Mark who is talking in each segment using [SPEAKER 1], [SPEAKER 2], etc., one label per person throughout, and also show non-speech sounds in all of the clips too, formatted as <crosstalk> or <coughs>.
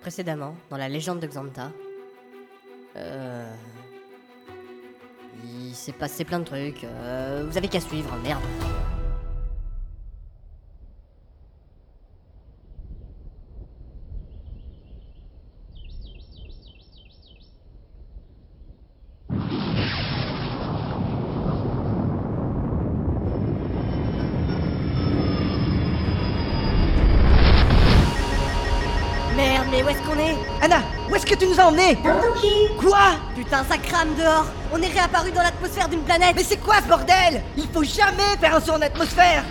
[SPEAKER 1] précédemment dans la légende de Xanta. Euh... Il s'est passé plein de trucs. euh, vous avez qu'à suivre, merde. Merde, mais où est-ce qu'on est
[SPEAKER 2] Anna, où est-ce que tu nous as emmenés Quoi
[SPEAKER 1] Putain, ça crame dehors On est réapparu dans l'atmosphère d'une planète
[SPEAKER 2] Mais c'est quoi ce bordel Il faut jamais faire un saut en atmosphère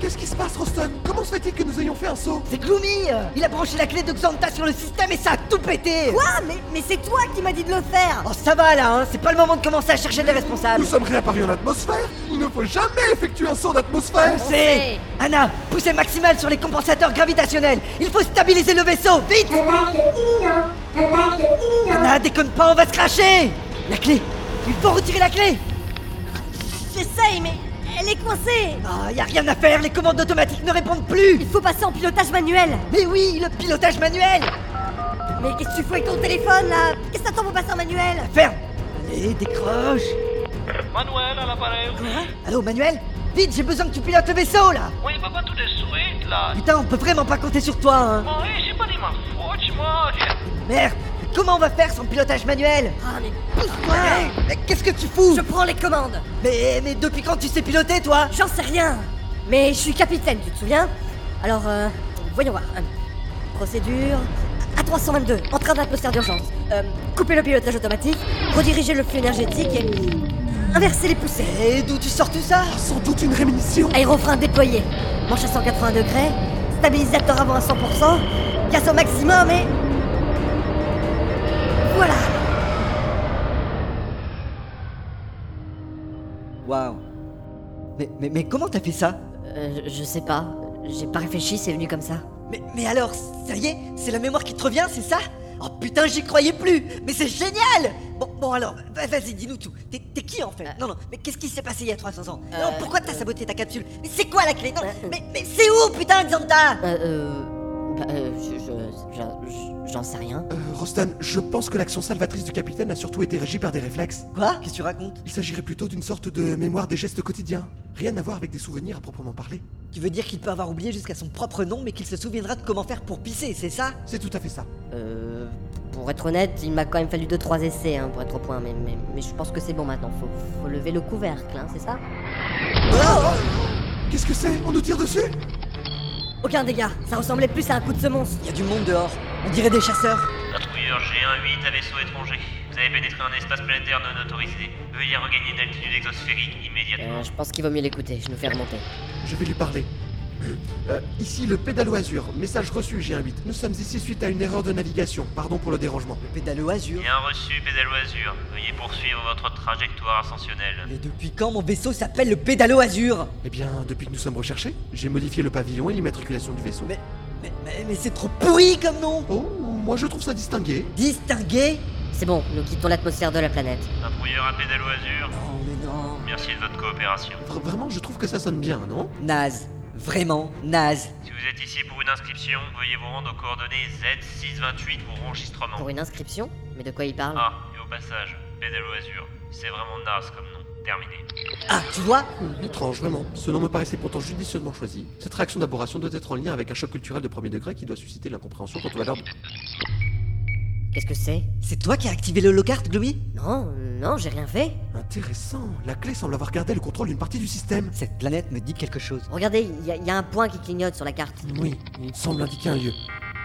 [SPEAKER 3] Qu'est-ce qui se passe, Roston Comment se fait-il que nous ayons fait un saut
[SPEAKER 2] C'est Gloomy euh, Il a branché la clé de Xanta sur le système et ça a tout pété
[SPEAKER 1] Quoi Mais, mais c'est toi qui m'as dit de le faire
[SPEAKER 2] Oh ça va là, hein c'est pas le moment de commencer à chercher des responsables
[SPEAKER 3] Nous sommes réapparus en atmosphère Il ne faut jamais effectuer un saut en atmosphère
[SPEAKER 2] On sait. Anna, poussez maximale sur les compensateurs gravitationnels Il faut stabiliser le vaisseau, vite
[SPEAKER 4] Attaque imminente Attaque imminente
[SPEAKER 2] Anna, déconne pas, on va se cracher La clé Il faut retirer la clé
[SPEAKER 1] J'essaye, mais elle est coincée
[SPEAKER 2] Ah, y a rien à faire, les commandes automatiques ne répondent plus
[SPEAKER 1] Il faut passer en pilotage manuel
[SPEAKER 2] Mais oui, le pilotage manuel
[SPEAKER 1] Mais qu'est-ce que tu fous avec ton téléphone là Qu'est-ce que t'attends pour passer en manuel
[SPEAKER 2] Ferme Allez, décroche
[SPEAKER 5] Manuel à l'appareil.
[SPEAKER 2] Allô, Manuel Vite, j'ai besoin que tu pilotes le vaisseau, là
[SPEAKER 5] Oui, papa, tout de suite, là.
[SPEAKER 2] Putain, on peut vraiment pas compter sur toi, hein
[SPEAKER 5] Moi, j'ai pas dit ma faute, moi.
[SPEAKER 2] Merde mais Comment on va faire sans pilotage manuel
[SPEAKER 1] Ah mais
[SPEAKER 2] Pousse-toi Mais qu'est-ce que tu fous
[SPEAKER 1] je prends les commandes
[SPEAKER 2] mais, mais depuis quand tu sais piloter, toi
[SPEAKER 1] J'en sais rien Mais je suis capitaine, tu te souviens Alors, euh, voyons voir. Hum. Procédure... A322, en train d'atmosphère d'urgence. Euh, couper le pilotage automatique, rediriger le flux énergétique et... Inverser les poussées.
[SPEAKER 2] Et d'où tu sors tout ça
[SPEAKER 3] Sans doute une rémission
[SPEAKER 1] Aérofrein déployé. Manche à 180 degrés. Stabilisateur avant à 100%. Casse au maximum et. Voilà.
[SPEAKER 2] Waouh mais, mais, mais comment t'as fait ça
[SPEAKER 1] Euh, je, sais pas. J'ai pas réfléchi, c'est venu comme ça.
[SPEAKER 2] mais, mais alors, ça y est C'est la mémoire qui te revient, c'est ça Oh putain, j'y croyais plus Mais c'est génial Bon, bon alors, va- vas-y, dis-nous tout. T'es t'es qui en
[SPEAKER 1] Euh.
[SPEAKER 2] fait Non, non, mais qu'est-ce qui s'est passé il y a 300 ans Non, pourquoi t'as saboté ta capsule Mais c'est quoi la clé Non,
[SPEAKER 1] Euh,
[SPEAKER 2] mais, mais c'est où, putain, Xanta
[SPEAKER 1] Euh. euh, bah, euh, je. je- je- J'en sais rien.
[SPEAKER 3] Euh, Roston, je pense que l'action salvatrice du capitaine a surtout été régie par des réflexes.
[SPEAKER 2] Quoi Qu'est-ce que tu racontes
[SPEAKER 3] Il s'agirait plutôt d'une sorte de mémoire des gestes quotidiens. Rien à voir avec des souvenirs à proprement parler.
[SPEAKER 2] Tu veux dire qu'il peut avoir oublié jusqu'à son propre nom, mais qu'il se souviendra de comment faire pour pisser, c'est ça
[SPEAKER 3] C'est tout à fait ça.
[SPEAKER 1] Euh. Pour être honnête, il m'a quand même fallu 2-3 essais hein, pour être au point, mais, mais, mais je pense que c'est bon maintenant. Faut, faut lever le couvercle, hein, c'est ça Oh,
[SPEAKER 3] Qu'est-ce que c'est On nous tire dessus
[SPEAKER 1] Aucun dégât, ça ressemblait plus à un coup de semonce.
[SPEAKER 2] Il y a du monde dehors. On dirait des chasseurs.
[SPEAKER 5] Patrouilleur G1-8 à vaisseau étranger. Vous avez pénétré un espace planétaire non autorisé. Veuillez regagner d'altitude exosphérique immédiatement.
[SPEAKER 1] Euh, je pense qu'il vaut mieux l'écouter, je nous fais remonter.
[SPEAKER 3] Je vais lui parler. Euh, ici le pédalo azur. Message reçu, G18. Nous sommes ici suite à une erreur de navigation. Pardon pour le dérangement.
[SPEAKER 2] Le pédalo azur.
[SPEAKER 5] Bien reçu, pédalo azur. Veuillez poursuivre votre trajectoire ascensionnelle.
[SPEAKER 2] Mais depuis quand mon vaisseau s'appelle le pédalo azur
[SPEAKER 3] Eh bien, depuis que nous sommes recherchés, j'ai modifié le pavillon et l'immatriculation du vaisseau.
[SPEAKER 2] Mais, mais, mais, mais c'est trop pourri comme nom
[SPEAKER 3] Oh, moi je trouve ça distingué.
[SPEAKER 2] Distingué
[SPEAKER 1] C'est bon, nous quittons l'atmosphère de la planète.
[SPEAKER 5] Patrouilleur à pédalo azur.
[SPEAKER 2] Non, mais non.
[SPEAKER 5] Merci de votre coopération.
[SPEAKER 3] Vra- vraiment, je trouve que ça sonne bien, non
[SPEAKER 2] Naze. Vraiment, naze.
[SPEAKER 5] Si vous êtes ici pour une inscription, veuillez vous rendre aux coordonnées Z628 pour enregistrement.
[SPEAKER 1] Pour une inscription Mais de quoi il parle
[SPEAKER 5] Ah, et au passage, pédalo azur. C'est vraiment naze comme nom. Terminé.
[SPEAKER 2] Ah, tu vois
[SPEAKER 3] Hum, Étrange, vraiment. Ce nom me paraissait pourtant judicieusement choisi. Cette réaction d'aboration doit être en lien avec un choc culturel de premier degré qui doit susciter l'incompréhension quant aux valeurs.
[SPEAKER 1] Qu'est-ce que c'est
[SPEAKER 2] C'est toi qui as activé le lockhart, Gloomy
[SPEAKER 1] Non, non, j'ai rien fait.
[SPEAKER 3] Intéressant. La clé semble avoir gardé le contrôle d'une partie du système.
[SPEAKER 2] Cette planète me dit quelque chose.
[SPEAKER 1] Regardez, il y, a- y a un point qui clignote sur la carte.
[SPEAKER 3] Oui, il semble indiquer un lieu.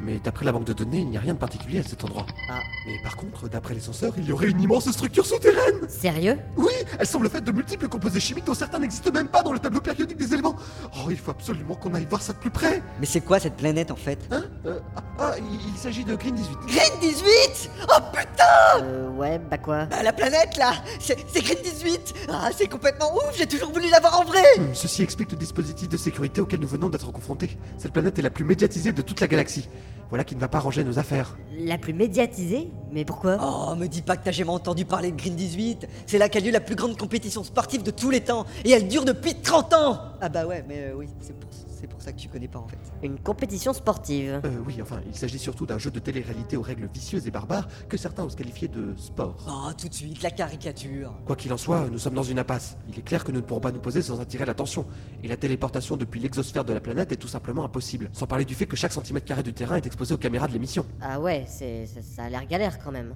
[SPEAKER 3] Mais d'après la banque de données, il n'y a rien de particulier à cet endroit.
[SPEAKER 1] Ah.
[SPEAKER 3] Mais par contre, d'après les senseurs, il y aurait une immense structure souterraine
[SPEAKER 1] Sérieux
[SPEAKER 3] Oui, elle semble faite de multiples composés chimiques dont certains n'existent même pas dans le tableau périodique des éléments. Oh, il faut absolument qu'on aille voir ça de plus près
[SPEAKER 2] Mais c'est quoi cette planète en fait
[SPEAKER 3] Hein Euh, ah, ah, il, il s'agit de Green 18.
[SPEAKER 2] Green 18 Oh putain
[SPEAKER 1] Euh, ouais, bah quoi
[SPEAKER 2] Bah la planète là C'est c'est Green 18 Ah c'est complètement ouf, j'ai toujours voulu l'avoir en vrai
[SPEAKER 3] Hmm, Ceci explique le dispositif de sécurité auquel nous venons d'être confrontés. Cette planète est la plus médiatisée de toute la galaxie. Voilà qui ne va pas ranger nos affaires.
[SPEAKER 1] La plus médiatisée Mais pourquoi
[SPEAKER 2] Oh, me dis pas que t'as jamais entendu parler de Green 18 C'est là qu'a lieu la plus grande compétition sportive de tous les temps, et elle dure depuis 30 ans Ah bah ouais, mais euh, oui, c'est pour, c'est pour ça que tu connais pas en fait.
[SPEAKER 1] Une compétition sportive.
[SPEAKER 3] Euh, oui, enfin, il s'agit surtout d'un jeu de télé-réalité aux règles vicieuses et barbares que certains osent qualifier de sport.
[SPEAKER 2] Oh, tout de suite, la caricature.
[SPEAKER 3] Quoi qu'il en soit, nous sommes dans une impasse. Il est clair que nous ne pourrons pas nous poser sans attirer l'attention, et la téléportation depuis l'exosphère de la planète est tout simplement impossible, sans parler du fait que chaque centimètre carré du terrain est exposé aux caméras de l'émission.
[SPEAKER 1] Ah ouais, c'est, ça, ça a l'air galère quand même.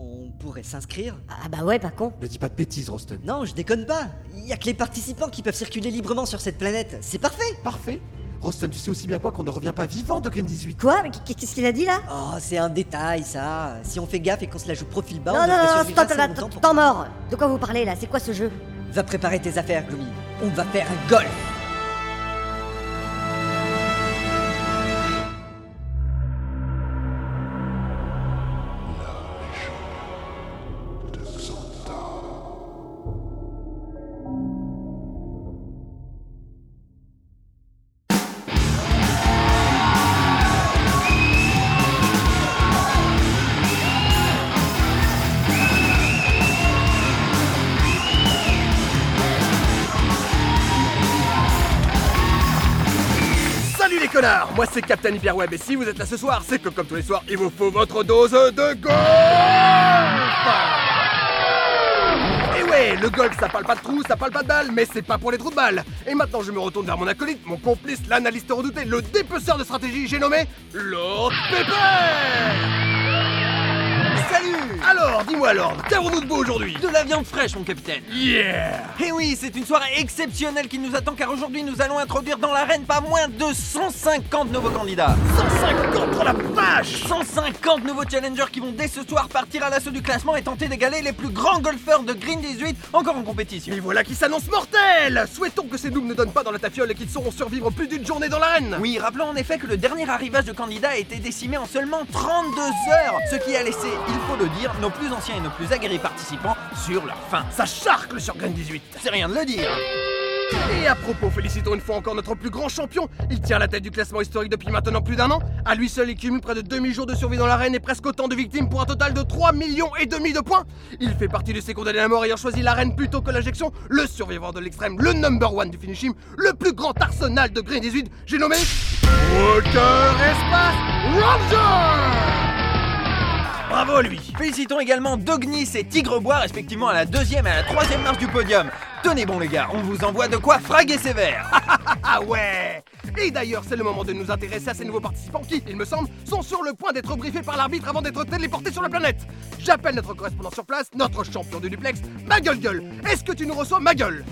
[SPEAKER 2] On pourrait s'inscrire
[SPEAKER 1] Ah bah ouais, pas con.
[SPEAKER 3] Ne dis pas de bêtises, Roston.
[SPEAKER 2] Non, je déconne pas. Il y a que les participants qui peuvent circuler librement sur cette planète. C'est parfait.
[SPEAKER 3] Parfait Roston, tu sais aussi bien quoi qu'on ne revient pas vivant de Green 18.
[SPEAKER 1] Quoi Mais qu- Qu'est-ce qu'il a dit là
[SPEAKER 2] Oh, c'est un détail ça. Si on fait gaffe et qu'on se la joue profil bas, on
[SPEAKER 1] Non, non,
[SPEAKER 2] devrait
[SPEAKER 1] non,
[SPEAKER 2] survivre
[SPEAKER 1] stop,
[SPEAKER 2] assez
[SPEAKER 1] là,
[SPEAKER 2] longtemps
[SPEAKER 1] t-
[SPEAKER 2] pour-
[SPEAKER 1] temps mort De quoi vous parlez là C'est quoi ce jeu
[SPEAKER 2] Va préparer tes affaires, Gloomy. On va faire un golf.
[SPEAKER 6] Salut les connards Moi c'est Captain Hyperweb et si vous êtes là ce soir, c'est que comme tous les soirs, il vous faut votre dose de golf Et Eh ouais, le golf ça parle pas de trous, ça parle pas de balles, mais c'est pas pour les trous de balles Et maintenant je me retourne vers mon acolyte, mon complice, l'analyste redouté, le dépeceur de stratégie, j'ai nommé Lord Pepper
[SPEAKER 7] Salut
[SPEAKER 6] Alors, dis-moi Lord, qu'avons-nous de beau aujourd'hui
[SPEAKER 7] De la viande fraîche, mon capitaine
[SPEAKER 6] Yeah
[SPEAKER 7] Eh oui, c'est une soirée exceptionnelle qui nous attend car aujourd'hui nous allons introduire dans l'arène pas moins de 150 nouveaux candidats
[SPEAKER 6] 150 pour la vache
[SPEAKER 7] 150 nouveaux challengers qui vont dès ce soir partir à l'assaut du classement et tenter d'égaler les plus grands golfeurs de Green 18 encore en compétition
[SPEAKER 6] Mais voilà qui s'annonce mortel Souhaitons que ces doubles ne donnent pas dans la tafiole et qu'ils sauront survivre plus d'une journée dans l'arène
[SPEAKER 7] Oui, rappelons en effet que le dernier arrivage de candidats a été décimé en seulement 32 heures, ce qui a laissé, il faut le dire, nos plus anciens et nos plus aguerris participants sur leur faim.
[SPEAKER 6] Ça charcle sur Grain 18
[SPEAKER 7] C'est rien de le dire
[SPEAKER 6] Et à propos, félicitons une fois encore notre plus grand champion Il tient la tête du classement historique depuis maintenant plus d'un an À lui seul, il cumule près de demi-jours de survie dans l'arène et presque autant de victimes pour un total de 3 millions et demi de points Il fait partie de ces condamnés à mort ayant choisi l'arène plutôt que l'injection Le survivant de l'extrême, le number one du finishing Le plus grand arsenal de Green 18, j'ai nommé... Walker Espace Ranger Bravo à lui
[SPEAKER 7] Félicitons également Dognis et Tigrebois, respectivement à la deuxième et à la troisième marche du podium. Tenez bon les gars, on vous envoie de quoi fraguer sévère
[SPEAKER 6] <laughs> Ah ouais Et d'ailleurs, c'est le moment de nous intéresser à ces nouveaux participants qui, il me semble, sont sur le point d'être briefés par l'arbitre avant d'être téléportés sur la planète. J'appelle notre correspondant sur place, notre champion du duplex, ma gueule gueule. Est-ce que tu nous reçois ma gueule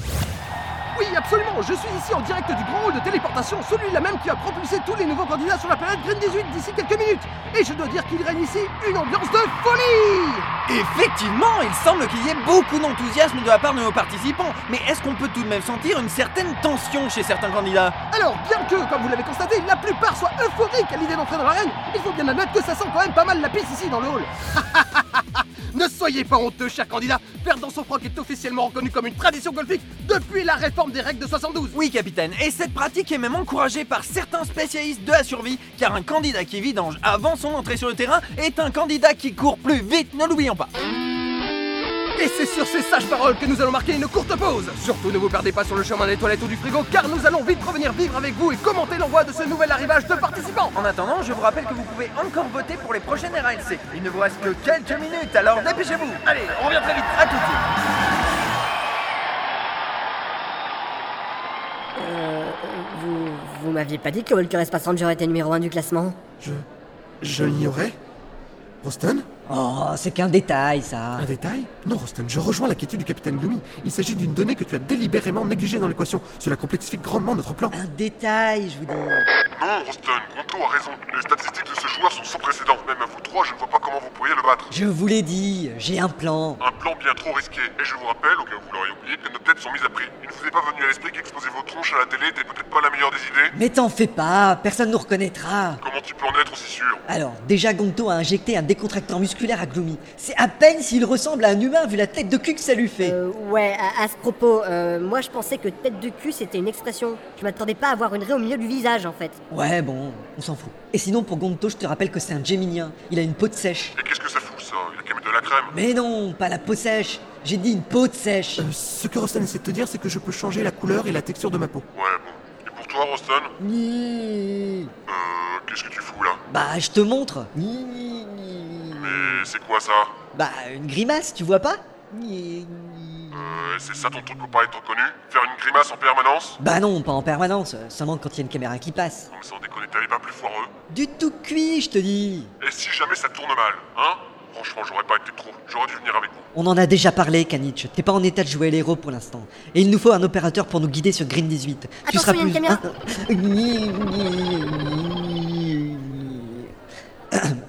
[SPEAKER 6] oui, absolument, je suis ici en direct du grand hall de téléportation, celui-là même qui a propulsé tous les nouveaux candidats sur la planète Green 18 d'ici quelques minutes. Et je dois dire qu'il règne ici une ambiance de folie
[SPEAKER 7] Effectivement, il semble qu'il y ait beaucoup d'enthousiasme de la part de nos participants, mais est-ce qu'on peut tout de même sentir une certaine tension chez certains candidats
[SPEAKER 6] Alors, bien que, comme vous l'avez constaté, la plupart soient euphoriques à l'idée d'entrer dans l'arène, il faut bien admettre que ça sent quand même pas mal la pisse ici dans le hall. <laughs> ne soyez pas honteux, chers candidats. Perdre dans son froc est officiellement reconnu comme une tradition golfique depuis la réforme des règles de 72.
[SPEAKER 7] Oui, capitaine, et cette pratique est même encouragée par certains spécialistes de la survie, car un candidat qui vidange avant son entrée sur le terrain est un candidat qui court plus vite, ne l'oublions pas.
[SPEAKER 6] Et c'est sur ces sages paroles que nous allons marquer une courte pause. Surtout, ne vous perdez pas sur le chemin des toilettes ou du frigo, car nous allons vite revenir vivre avec vous et commenter l'envoi de ce nouvel arrivage de participants.
[SPEAKER 7] En attendant, je vous rappelle que vous pouvez encore voter pour les prochaines RLC. Il ne vous reste que quelques minutes, alors dépêchez-vous
[SPEAKER 6] Allez, on revient très vite.
[SPEAKER 7] À tout de suite
[SPEAKER 1] Euh. Vous. Vous m'aviez pas dit que Walker Espace Ranger était numéro 1 du classement
[SPEAKER 3] Je. Je l'ignorais Roston
[SPEAKER 2] Oh, c'est qu'un détail ça.
[SPEAKER 3] Un détail Non, Roston, je rejoins l'inquiétude du capitaine Gloomy. Il s'agit d'une donnée que tu as délibérément négligée dans l'équation. Cela complexifie grandement notre plan.
[SPEAKER 2] Un détail, je vous dis.
[SPEAKER 8] Non, Roston, Gonto a raison. Les statistiques de ce joueur sont sans précédent. Même à vous trois, je ne vois pas comment vous pourriez le battre.
[SPEAKER 2] Je vous l'ai dit, j'ai un plan.
[SPEAKER 8] Un plan bien trop risqué. Et je vous rappelle, au cas où vous l'auriez oublié, que les notes sont mises à prix. Il ne vous est pas venu à l'esprit qu'exposer vos tronches à la télé n'était peut-être pas la meilleure des idées
[SPEAKER 2] Mais t'en fais pas, personne nous reconnaîtra.
[SPEAKER 8] Comment tu peux en être aussi sûr
[SPEAKER 2] Alors, déjà Gonto a injecté un décontractant musculaire à Gloomy. C'est à peine s'il ressemble à un humain vu la tête de cul que ça lui fait.
[SPEAKER 1] Euh, ouais, à, à ce propos, euh, moi je pensais que tête de cul c'était une expression. Je m'attendais pas à avoir une raie au milieu du visage en fait.
[SPEAKER 2] Ouais, bon, on s'en fout. Et sinon, pour Gonto, je te rappelle que c'est un Géminien. Il a une peau de sèche.
[SPEAKER 8] Et qu'est-ce que ça fout, ça Il a qu'à mettre de la crème.
[SPEAKER 2] Mais non, pas la peau sèche. J'ai dit une peau de sèche.
[SPEAKER 3] Euh, ce que Rostan essaie de te dire, c'est que je peux changer la couleur et la texture de ma peau.
[SPEAKER 8] Ouais, bon. Et pour toi, Rostan Euh, qu'est-ce que tu fous là
[SPEAKER 2] Bah, je te montre.
[SPEAKER 8] Mais c'est quoi ça
[SPEAKER 2] Bah, une grimace, tu vois pas
[SPEAKER 8] Euh, c'est ça ton truc pour pas être reconnu Faire une grimace en permanence
[SPEAKER 2] Bah non, pas en permanence, seulement quand il y a une caméra qui passe.
[SPEAKER 8] Non mais sans déconner, t'avais pas plus foireux
[SPEAKER 2] Du tout cuit, je te dis.
[SPEAKER 8] Et si jamais ça tourne mal, hein Franchement, j'aurais pas été trop. J'aurais dû venir avec vous.
[SPEAKER 2] On en a déjà parlé, Kanich. T'es pas en état de jouer l'héros pour l'instant. Et il nous faut un opérateur pour nous guider sur Green 18. tu
[SPEAKER 1] Attention,
[SPEAKER 2] seras
[SPEAKER 1] il y a
[SPEAKER 2] plus.
[SPEAKER 1] une caméra.
[SPEAKER 2] <coughs>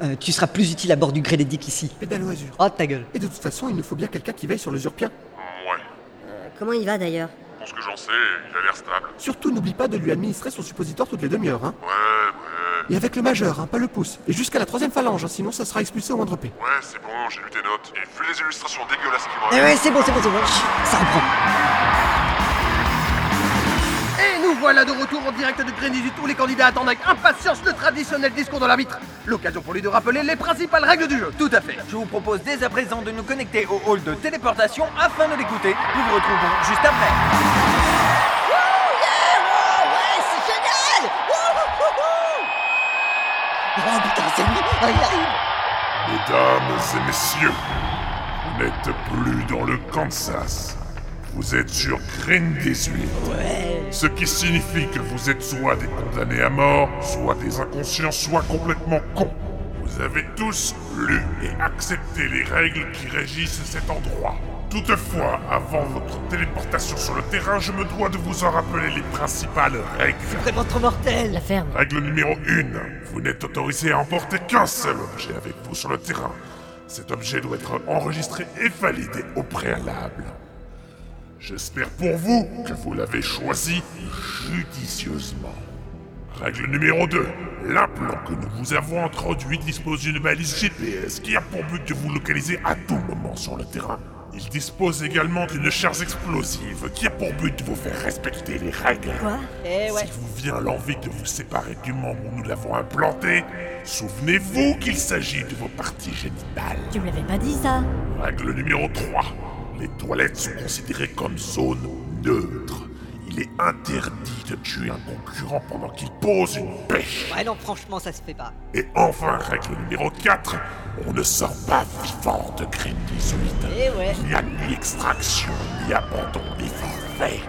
[SPEAKER 2] Euh, tu seras plus utile à bord du Grélédic ici.
[SPEAKER 3] Pédalo azur.
[SPEAKER 2] Oh ta gueule.
[SPEAKER 3] Et de toute façon, il nous faut bien quelqu'un qui veille sur le Zurpien.
[SPEAKER 8] Ouais.
[SPEAKER 1] Euh, Comment il va d'ailleurs
[SPEAKER 8] Pour ce que j'en sais, il a l'air stable.
[SPEAKER 3] Surtout, n'oublie pas de lui administrer son suppositoire toutes les demi-heures, hein.
[SPEAKER 8] Ouais, ouais.
[SPEAKER 3] Et avec le majeur, hein, pas le pouce. Et jusqu'à la troisième phalange, hein, sinon ça sera expulsé au moindre P.
[SPEAKER 8] Ouais, c'est bon, j'ai lu tes notes. Et vu les illustrations dégueulasses qui m'ont
[SPEAKER 2] Eh ouais, c'est bon, c'est bon, c'est bon. Ça reprend.
[SPEAKER 6] Et nous voilà de retour en direct de Green 18 où les candidats attendent avec impatience le traditionnel discours de l'arbitre. L'occasion pour lui de rappeler les principales règles du jeu.
[SPEAKER 7] Tout à fait. Je vous propose dès à présent de nous connecter au hall de téléportation afin de l'écouter. Nous vous retrouvons juste après.
[SPEAKER 2] Ouais, c'est génial Oh putain, c'est lui Ah, Il arrive
[SPEAKER 8] Mesdames et messieurs, vous n'êtes plus dans le Kansas. Vous êtes sur Green 18. Ce qui signifie que vous êtes soit des condamnés à mort, soit des inconscients, soit complètement cons. Vous avez tous lu et accepté les règles qui régissent cet endroit. Toutefois, avant votre téléportation sur le terrain, je me dois de vous en rappeler les principales règles.
[SPEAKER 2] Vraiment trop mortel
[SPEAKER 1] La ferme.
[SPEAKER 8] Règle numéro 1. Vous n'êtes autorisé à emporter qu'un seul objet avec vous sur le terrain. Cet objet doit être enregistré et validé au préalable. J'espère pour vous que vous l'avez choisi judicieusement. Règle numéro 2. L'implant que nous vous avons introduit dispose d'une balise GPS qui a pour but de vous localiser à tout moment sur le terrain. Il dispose également d'une charge explosive qui a pour but de vous faire respecter les règles.
[SPEAKER 2] Eh ouais.
[SPEAKER 8] Si vous vient l'envie de vous séparer du membre où nous l'avons implanté, souvenez-vous qu'il s'agit de vos parties génitales.
[SPEAKER 1] Tu me l'avais pas dit ça
[SPEAKER 8] Règle numéro 3. Les toilettes sont considérées comme zone neutre. Il est interdit de tuer un concurrent pendant qu'il pose une pêche.
[SPEAKER 2] Ouais, non, franchement, ça se fait pas.
[SPEAKER 8] Et enfin, règle numéro 4, on ne sort pas vivant de Green 18.
[SPEAKER 2] Eh ouais.
[SPEAKER 8] Il n'y a ni extraction, ni abandon, ni forfait.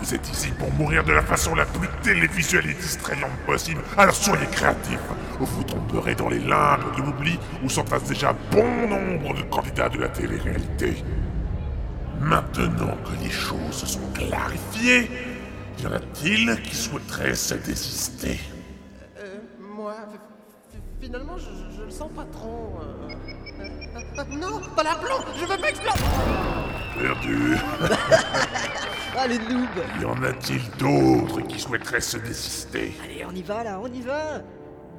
[SPEAKER 8] Vous êtes ici pour mourir de la façon la plus télévisuelle et distrayante possible, alors soyez créatifs. Vous tomberez dans les limbes de l'oubli où s'entassent déjà bon nombre de candidats de la télé-réalité. Maintenant que les choses sont clarifiées, y en a-t-il qui souhaiteraient se désister
[SPEAKER 6] Moi, finalement, je, le sens pas trop. euh, Non, pas l'implant Je veux pas exploser
[SPEAKER 8] Perdu
[SPEAKER 2] Ah, le noob
[SPEAKER 8] Y en a-t-il d'autres qui souhaiteraient se désister
[SPEAKER 2] Allez, on y va, là, on y va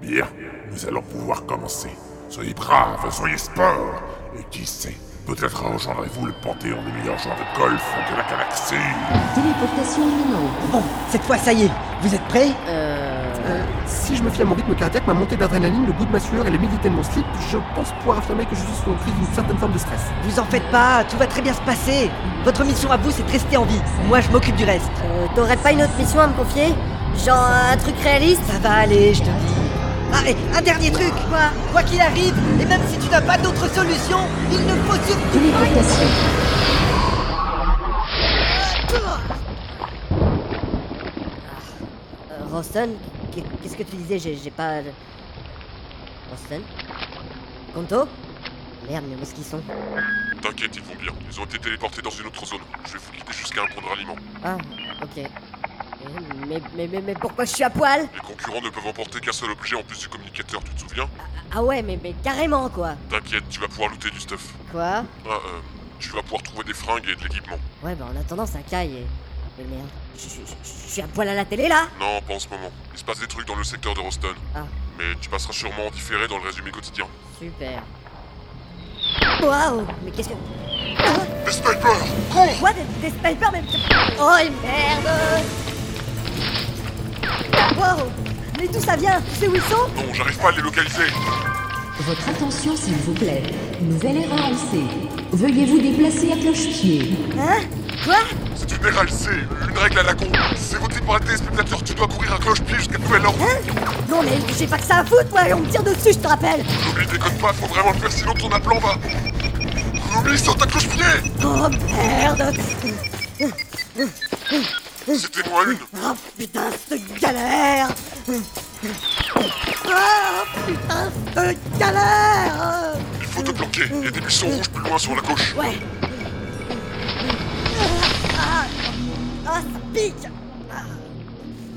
[SPEAKER 8] Bien, nous allons pouvoir commencer. Soyez braves, soyez sport Et qui sait, peut-être rejoindrez-vous le panthéon des meilleurs joueurs de golf de la galaxie
[SPEAKER 9] Téléportation imminente.
[SPEAKER 2] Bon, cette fois, ça y est. Vous êtes prêts
[SPEAKER 3] Si je me fie à mon rythme cardiaque, ma montée d'adrénaline, le goût de ma sueur et l'humidité de mon slip, je pense pouvoir affirmer que je suis sous l'emprise d'une certaine forme de stress.
[SPEAKER 2] Vous en faites pas, tout va très bien se passer. Votre mission à vous, c'est de rester en vie. Moi, je m'occupe du reste.
[SPEAKER 1] Euh, T'aurais pas une autre mission à me confier Genre un truc réaliste
[SPEAKER 2] Ça va aller, je te dis. Ah, et un dernier truc Quoi Quoi qu'il arrive, et même si tu n'as pas d'autre solution, il ne faut surtout
[SPEAKER 9] Téléportation.
[SPEAKER 1] Euh, Roston qu'est- Qu'est-ce que tu disais J'ai j'ai pas. Roston Conto Merde, mais où est-ce qu'ils sont
[SPEAKER 8] T'inquiète, ils vont bien. Ils ont été téléportés dans une autre zone. Je vais vous guider jusqu'à un point de ralliement.
[SPEAKER 1] Ah, ok. Et- Mais, mais, mais, mais pourquoi je suis à poil
[SPEAKER 8] Les concurrents ne peuvent emporter qu'un seul objet en plus du communicateur, tu te souviens
[SPEAKER 1] Ah ouais, mais, mais carrément quoi
[SPEAKER 8] T'inquiète, tu vas pouvoir looter du stuff.
[SPEAKER 1] Quoi
[SPEAKER 8] Ah, euh, tu vas pouvoir trouver des fringues et de l'équipement.
[SPEAKER 1] Ouais, bah en attendant, ça caille et. Mais merde, je je- je- je suis à poil à la télé là
[SPEAKER 8] Non, pas en ce moment. Il se passe des trucs dans le secteur de Roston.
[SPEAKER 1] Ah.
[SPEAKER 8] Mais tu passeras sûrement en différé dans le résumé quotidien.
[SPEAKER 1] Super. Waouh Mais qu'est-ce que.
[SPEAKER 8] Des snipers
[SPEAKER 1] Quoi Des, des snipers Mais. Oh et merde Waouh Mais d'où ça vient Tu sais où ils sont
[SPEAKER 8] Non, j'arrive pas à les localiser
[SPEAKER 9] Votre attention, s'il vous plaît. Nouvelle erreur lancée. Veuillez vous déplacer à cloche-pied.
[SPEAKER 1] Hein Quoi
[SPEAKER 8] C'est une RLC, une règle à la con. C'est voté par les téléspectateurs, tu dois courir à cloche-pied jusqu'à nouvel ordre.
[SPEAKER 1] Non mais j'ai pas que ça à foutre moi et on me tire dessus je te rappelle
[SPEAKER 8] N'oublie, déconne pas, faut vraiment le faire sinon ton appelant va. Oublie, sur ta cloche-pied
[SPEAKER 1] Oh merde
[SPEAKER 8] C'était moi une.
[SPEAKER 1] Oh putain cette galère Oh putain cette galère
[SPEAKER 8] Il faut te planquer, il y a des buissons rouges plus loin sur la gauche.
[SPEAKER 1] Ouais Ah, ah, ça pique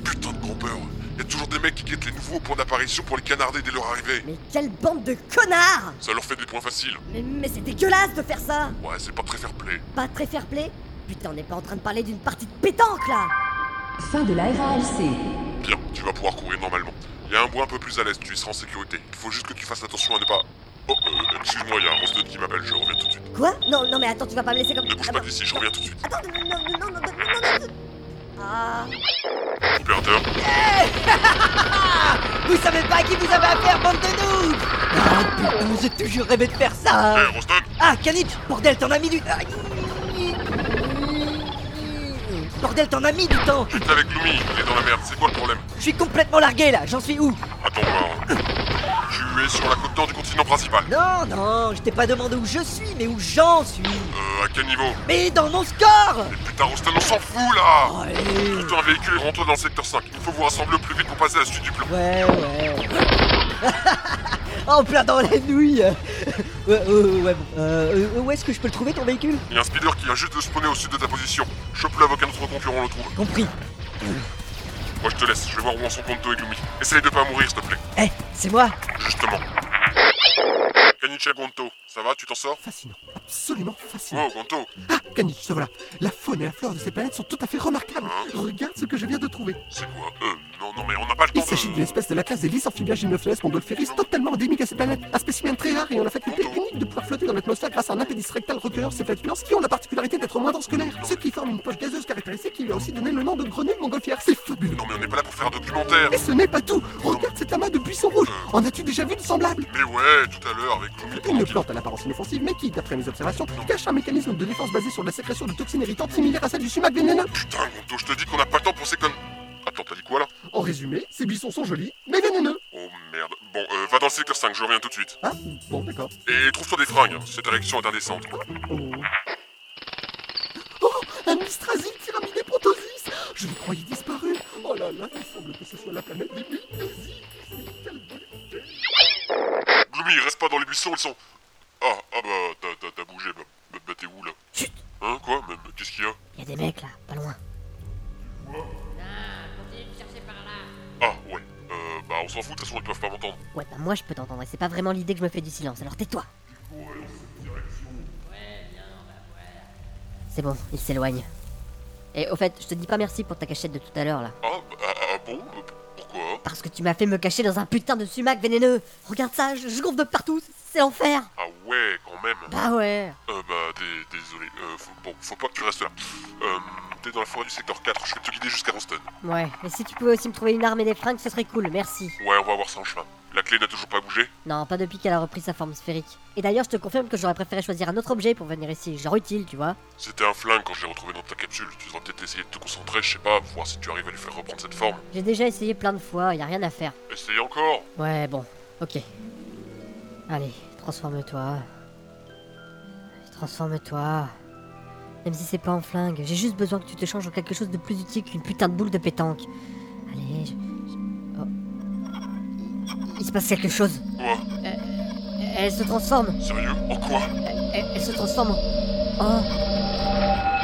[SPEAKER 8] Putain de gros beurre. Il y a toujours des mecs qui guettent les nouveaux points d'apparition pour les canarder dès leur arrivée.
[SPEAKER 1] Mais quelle bande de connards
[SPEAKER 8] Ça leur fait des points faciles.
[SPEAKER 1] Mais, mais c'est dégueulasse de faire ça
[SPEAKER 8] Ouais, c'est pas très fair-play.
[SPEAKER 1] Pas très fair play Putain on n'est pas en train de parler d'une partie de pétanque là
[SPEAKER 9] Fin de la RALC.
[SPEAKER 8] Bien, tu vas pouvoir courir normalement. Il y a un bois un peu plus à l'est, tu y seras en sécurité. Il faut juste que tu fasses attention à ne pas. Oh, euh, excuse-moi, il y a un Roston qui m'appelle, je reviens tout de suite.
[SPEAKER 1] Quoi Non, non mais attends, tu vas pas me laisser comme...
[SPEAKER 8] Ne bouge pas d'ici, je reviens tout de suite.
[SPEAKER 1] Attends, non, non, non, non, non, non, non, non. Ah...
[SPEAKER 8] Opérateur,
[SPEAKER 2] Vous savez pas à qui vous avez affaire, bande de noobs Ah putain, j'ai toujours rêvé de faire ça
[SPEAKER 8] hey, Eh, Roston,
[SPEAKER 2] Ah, Canip Bordel, t'en as mis du... Aïe. Bordel, t'en as mis du temps
[SPEAKER 8] t'es avec Gloomy, il est dans la merde, c'est quoi le problème
[SPEAKER 2] Je suis complètement largué, là J'en suis où
[SPEAKER 8] Attends voir. Tu es sur la côte nord du continent principal.
[SPEAKER 2] Non, non, je t'ai pas demandé où je suis, mais où j'en suis
[SPEAKER 8] Euh, à quel niveau
[SPEAKER 2] Mais dans mon score
[SPEAKER 8] Mais putain, Roston, on s'en fout là
[SPEAKER 2] Allez
[SPEAKER 8] Trouve-toi un véhicule et rentre dans le secteur 5. Il faut vous rassembler au plus vite pour passer à la suite du plan.
[SPEAKER 2] Ouais, ouais. <laughs> en plein dans les nouilles. <laughs> ouais, ouais, ouais, bon. Euh, euh, où est-ce que je peux le trouver ton véhicule
[SPEAKER 8] Il y a un speeder qui vient juste de spawner au sud de ta position. Chope-le avec un autre concurrent, on le trouve.
[SPEAKER 2] Compris.
[SPEAKER 8] Moi, je te laisse, je vais voir où en sont Ponto et Gloomy. Essaye de pas mourir, s'il te plaît.
[SPEAKER 2] Eh, c'est moi.
[SPEAKER 8] Justement. Kanichi à Gonto, ça va, tu t'en sors Oh,
[SPEAKER 3] Fascinant, absolument fascinant.
[SPEAKER 8] Wow, Gonto,
[SPEAKER 3] Ah, Kanich, te voilà. La faune et la flore de ces planètes sont tout à fait remarquables. Regarde ce que je viens de trouver.
[SPEAKER 8] c'est quoi Euh, non, non, mais on n'a pas le
[SPEAKER 3] Il
[SPEAKER 8] temps
[SPEAKER 3] s'agit
[SPEAKER 8] de...
[SPEAKER 3] d'une espèce de la classe des Lysanphibia gymnophiles Mondolferis, totalement endémique à cette planète. Un spécimen très rare et en la faculté unique de pouvoir flotter dans l'atmosphère grâce à un appendice rectal recueilleur céphalopulens qui ont la particularité d'être moins dense que l'air. Ce qui forme une poche gazeuse caractéristique qui lui a aussi donné le nom de grenouille montgolfière. C'est fabuleux.
[SPEAKER 8] Non, mais on n'est pas là pour faire un documentaire
[SPEAKER 3] Et ce n'est pas tout. Regarde cet amas de buissons rouges. En as-tu déjà vu de semblable
[SPEAKER 8] Mais ouais, tout à l'heure, avec Gloomy,
[SPEAKER 3] une
[SPEAKER 8] tranquille.
[SPEAKER 3] plante à l'apparence inoffensive, mais qui, d'après mes observations, cache un mécanisme de défense basé sur la sécrétion de toxines irritantes similaire à celle du sumac vénéneux.
[SPEAKER 8] Putain, Gonto, je te dis qu'on n'a pas le temps pour ces connes... Attends, t'as dit quoi, là
[SPEAKER 3] En résumé, ces buissons sont jolis, mais vénéneux.
[SPEAKER 8] Oh, merde. Bon, euh, va dans le secteur 5, je reviens tout de suite.
[SPEAKER 3] Ah, bon, d'accord.
[SPEAKER 8] Et trouve-toi des fringues, hein, cette érection est indécente.
[SPEAKER 3] Oh, Oh, un Mistrasil pyramidé protosis Je le croyais disparu. Oh là là, il semble que ce soit la planète des Mythosies. Quelle volupté.
[SPEAKER 8] Gloomy, reste pas dans les buissons, ils sont... Ah, ah bah, t'as- t'as- t'as bougé, bah, bah, bah, t'es où, là
[SPEAKER 1] Chut
[SPEAKER 8] Hein, quoi Mais- mais qu'est-ce qu'il y a
[SPEAKER 1] Y'a des mecs là, pas loin.
[SPEAKER 8] Ah, ouais. Euh, bah, on s'en fout, de toute façon, ils peuvent pas m'entendre.
[SPEAKER 1] Ouais, bah moi je peux t'entendre et c'est pas vraiment l'idée que je me fais du silence, alors tais-toi C'est bon, il s'éloigne. Et au fait, je te dis pas merci pour ta cachette de tout à l'heure là.
[SPEAKER 8] Ah, bah, ah, ah, bon euh, Pourquoi
[SPEAKER 1] Parce que tu m'as fait me cacher dans un putain de sumac vénéneux Regarde ça, je, je gonfle de partout, c'est l'enfer
[SPEAKER 8] Ah ouais, quand même
[SPEAKER 1] Bah ouais
[SPEAKER 8] Euh, bah, dé- désolé. Euh, faut, bon, faut pas que tu restes là. Euh, t'es dans la forêt du secteur 4, je vais te guider jusqu'à Ronston.
[SPEAKER 1] Ouais, et si tu pouvais aussi me trouver une arme et des fringues, ce serait cool, merci.
[SPEAKER 8] Ouais, on va voir ça en chemin. La clé n'a toujours pas bougé
[SPEAKER 1] Non, pas depuis qu'elle a repris sa forme sphérique. Et d'ailleurs, je te confirme que j'aurais préféré choisir un autre objet pour venir ici, genre utile, tu vois.
[SPEAKER 8] C'était un flingue quand je l'ai retrouvé dans ta capsule. Tu devrais peut-être essayer de te concentrer, je sais pas, voir si tu arrives à lui faire reprendre cette forme.
[SPEAKER 1] J'ai déjà essayé plein de fois, y a rien à faire.
[SPEAKER 8] Essaye encore
[SPEAKER 1] Ouais, bon, ok. Allez, transforme-toi. Transforme-toi. Même si c'est pas en flingue, j'ai juste besoin que tu te changes en quelque chose de plus utile qu'une putain de boule de pétanque. Allez, je... je- oh. Il- Il se passe quelque chose.
[SPEAKER 8] Quoi
[SPEAKER 1] Elle se transforme.
[SPEAKER 8] Sérieux En quoi
[SPEAKER 1] Elle, elle se transforme en... en-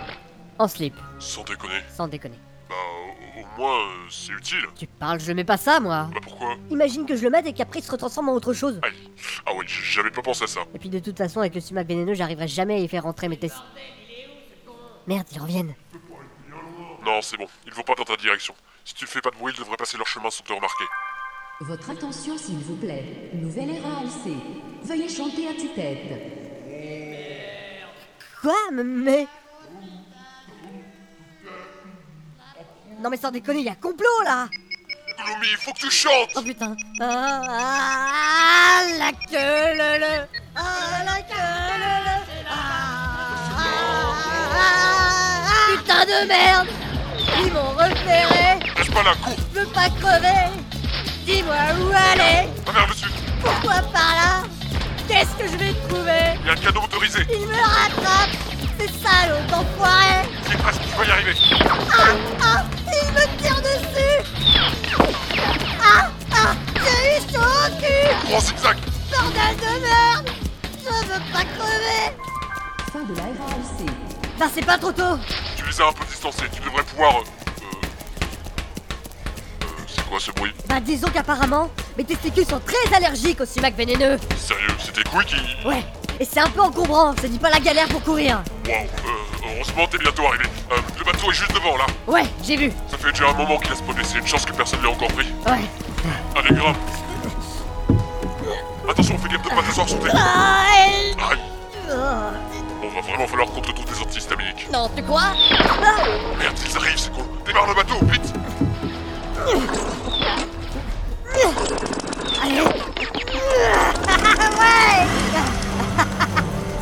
[SPEAKER 1] En slip,
[SPEAKER 8] Sans déconner.
[SPEAKER 1] sans déconner.
[SPEAKER 8] Bah, au, au moins, euh, c'est utile.
[SPEAKER 1] Tu parles, je mets pas ça, moi.
[SPEAKER 8] Bah pourquoi
[SPEAKER 1] Imagine que je le mate et qu'après il se transforme en autre chose.
[SPEAKER 8] Aïe. Ah ouais, j- j'avais pas pensé à ça.
[SPEAKER 1] Et puis de toute façon, avec le sumac vénéneux, j'arriverai jamais à y faire rentrer mes tests. Merde, ils reviennent.
[SPEAKER 8] Non, c'est bon, ils vont pas dans ta direction. Si tu fais pas de bruit, ils devraient passer leur chemin sans te remarquer.
[SPEAKER 9] Votre attention, s'il vous plaît. Nouvelle RALC. Veuillez chanter à tue-tête.
[SPEAKER 1] Quoi Mais- Mais. Non mais sans déconner, y a complot là
[SPEAKER 8] Gloomy, Nomi, faut que tu chantes
[SPEAKER 1] Oh putain. Ah, ah, la queue le le. Ah, la queue le le. Ah, ah, ah, putain de merde. Ils m'ont repéré.
[SPEAKER 8] Lâche pas la cour
[SPEAKER 1] Je veux pas crever. Dis-moi où aller.
[SPEAKER 8] Ta mère me suit
[SPEAKER 1] Pourquoi par là Qu'est-ce que je vais trouver
[SPEAKER 8] Il y a un cadeau autorisé
[SPEAKER 1] Il me rattrape. C'est salaud d'enfoiré.
[SPEAKER 8] C'est presque, tu vas y arriver
[SPEAKER 1] Ah, ah, il me tire dessus. Ah, ah, j'ai eu chaud au cul.
[SPEAKER 8] Gros zigzag
[SPEAKER 1] Bordel de merde Je veux pas crever
[SPEAKER 9] Fin de la RALC.
[SPEAKER 1] Bah c'est pas trop tôt
[SPEAKER 8] Tu les as un peu distancés, tu devrais pouvoir... euh, euh, euh, c'est quoi ce bruit
[SPEAKER 1] Bah disons qu'apparemment, mes testicules sont très allergiques au sumac vénéneux
[SPEAKER 8] Sérieux, c'est tes couilles qui...
[SPEAKER 1] Ouais Et c'est un peu encombrant, c'est dit pas la galère pour courir
[SPEAKER 8] Waouh, euh, heureusement t'es bientôt arrivé. Euh, le bateau est juste devant là.
[SPEAKER 1] Ouais, j'ai vu
[SPEAKER 8] Ça fait déjà un moment qu'il a spawné, c'est une chance que personne l'ait encore pris.
[SPEAKER 1] Ouais
[SPEAKER 8] Allez, grimpe Attention, fais gaffe de pas te faire sauter
[SPEAKER 1] Ah, elle-
[SPEAKER 8] Aïe
[SPEAKER 1] Ah,
[SPEAKER 8] Bon, va vraiment falloir qu'on te trouve des antistes, Dominique.
[SPEAKER 1] Non, tu crois Ah,
[SPEAKER 8] Merde, ils arrivent, c'est con. Démarre le bateau, vite
[SPEAKER 1] Allez Ouais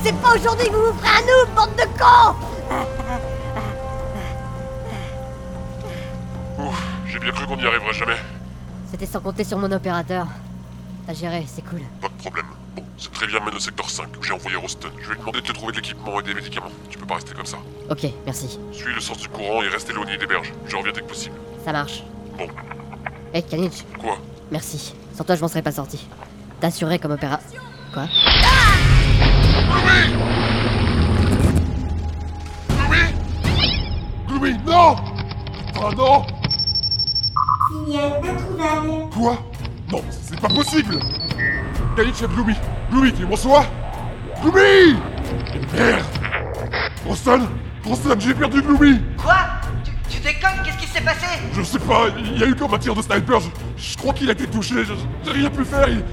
[SPEAKER 1] C'est pas aujourd'hui que vous vous ferez à nous, bande de cons
[SPEAKER 8] Ouf, j'ai bien cru qu'on n'y arriverait jamais.
[SPEAKER 1] C'était sans compter sur mon opérateur. T'as géré, c'est cool.
[SPEAKER 8] Pas de problème. Bon, c'est très bien, mais le secteur 5, j'ai envoyé Roston. Je vais lui demander de te trouver de l'équipement et des médicaments. Tu peux pas rester comme ça.
[SPEAKER 1] Ok, merci.
[SPEAKER 8] Suis le sens du courant et reste éloigné des berges. Je reviens dès que possible.
[SPEAKER 1] Ça marche.
[SPEAKER 8] Bon,
[SPEAKER 1] Eh, Kalinch,
[SPEAKER 8] quoi
[SPEAKER 1] Merci. Sans toi, je m'en serais pas sorti. T'assurais comme opéra. Quoi
[SPEAKER 8] Gloomy, non Ah non
[SPEAKER 4] Signal introuvable.
[SPEAKER 8] Quoi Non, c'est pas possible Kalitch et Gloomy Gloomy, tu es bonsoir Gloomy Merde Roston Roston, j'ai perdu Gloomy
[SPEAKER 2] Quoi tu, tu déconnes Qu'est-ce qui s'est passé
[SPEAKER 8] Je sais pas, il y a eu comme un tir de sniper, je, je crois qu'il a été touché, je- j'ai rien pu faire, il-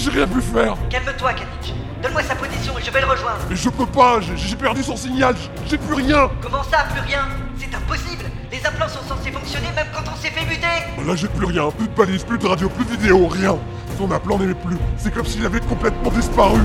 [SPEAKER 8] j'ai rien pu faire
[SPEAKER 2] Calme-toi, Kanich. Donne-moi sa position et je vais le rejoindre.
[SPEAKER 8] Mais je peux pas, j'ai- j'ai perdu son signal, j'ai- j'ai plus rien
[SPEAKER 2] Comment ça, plus rien C'est impossible Les implants sont censés fonctionner même quand on s'est fait buter
[SPEAKER 8] Là j'ai plus rien, plus de balises, plus de radio, plus de vidéo, rien Son implant n'est plus, c'est comme s'il avait complètement disparu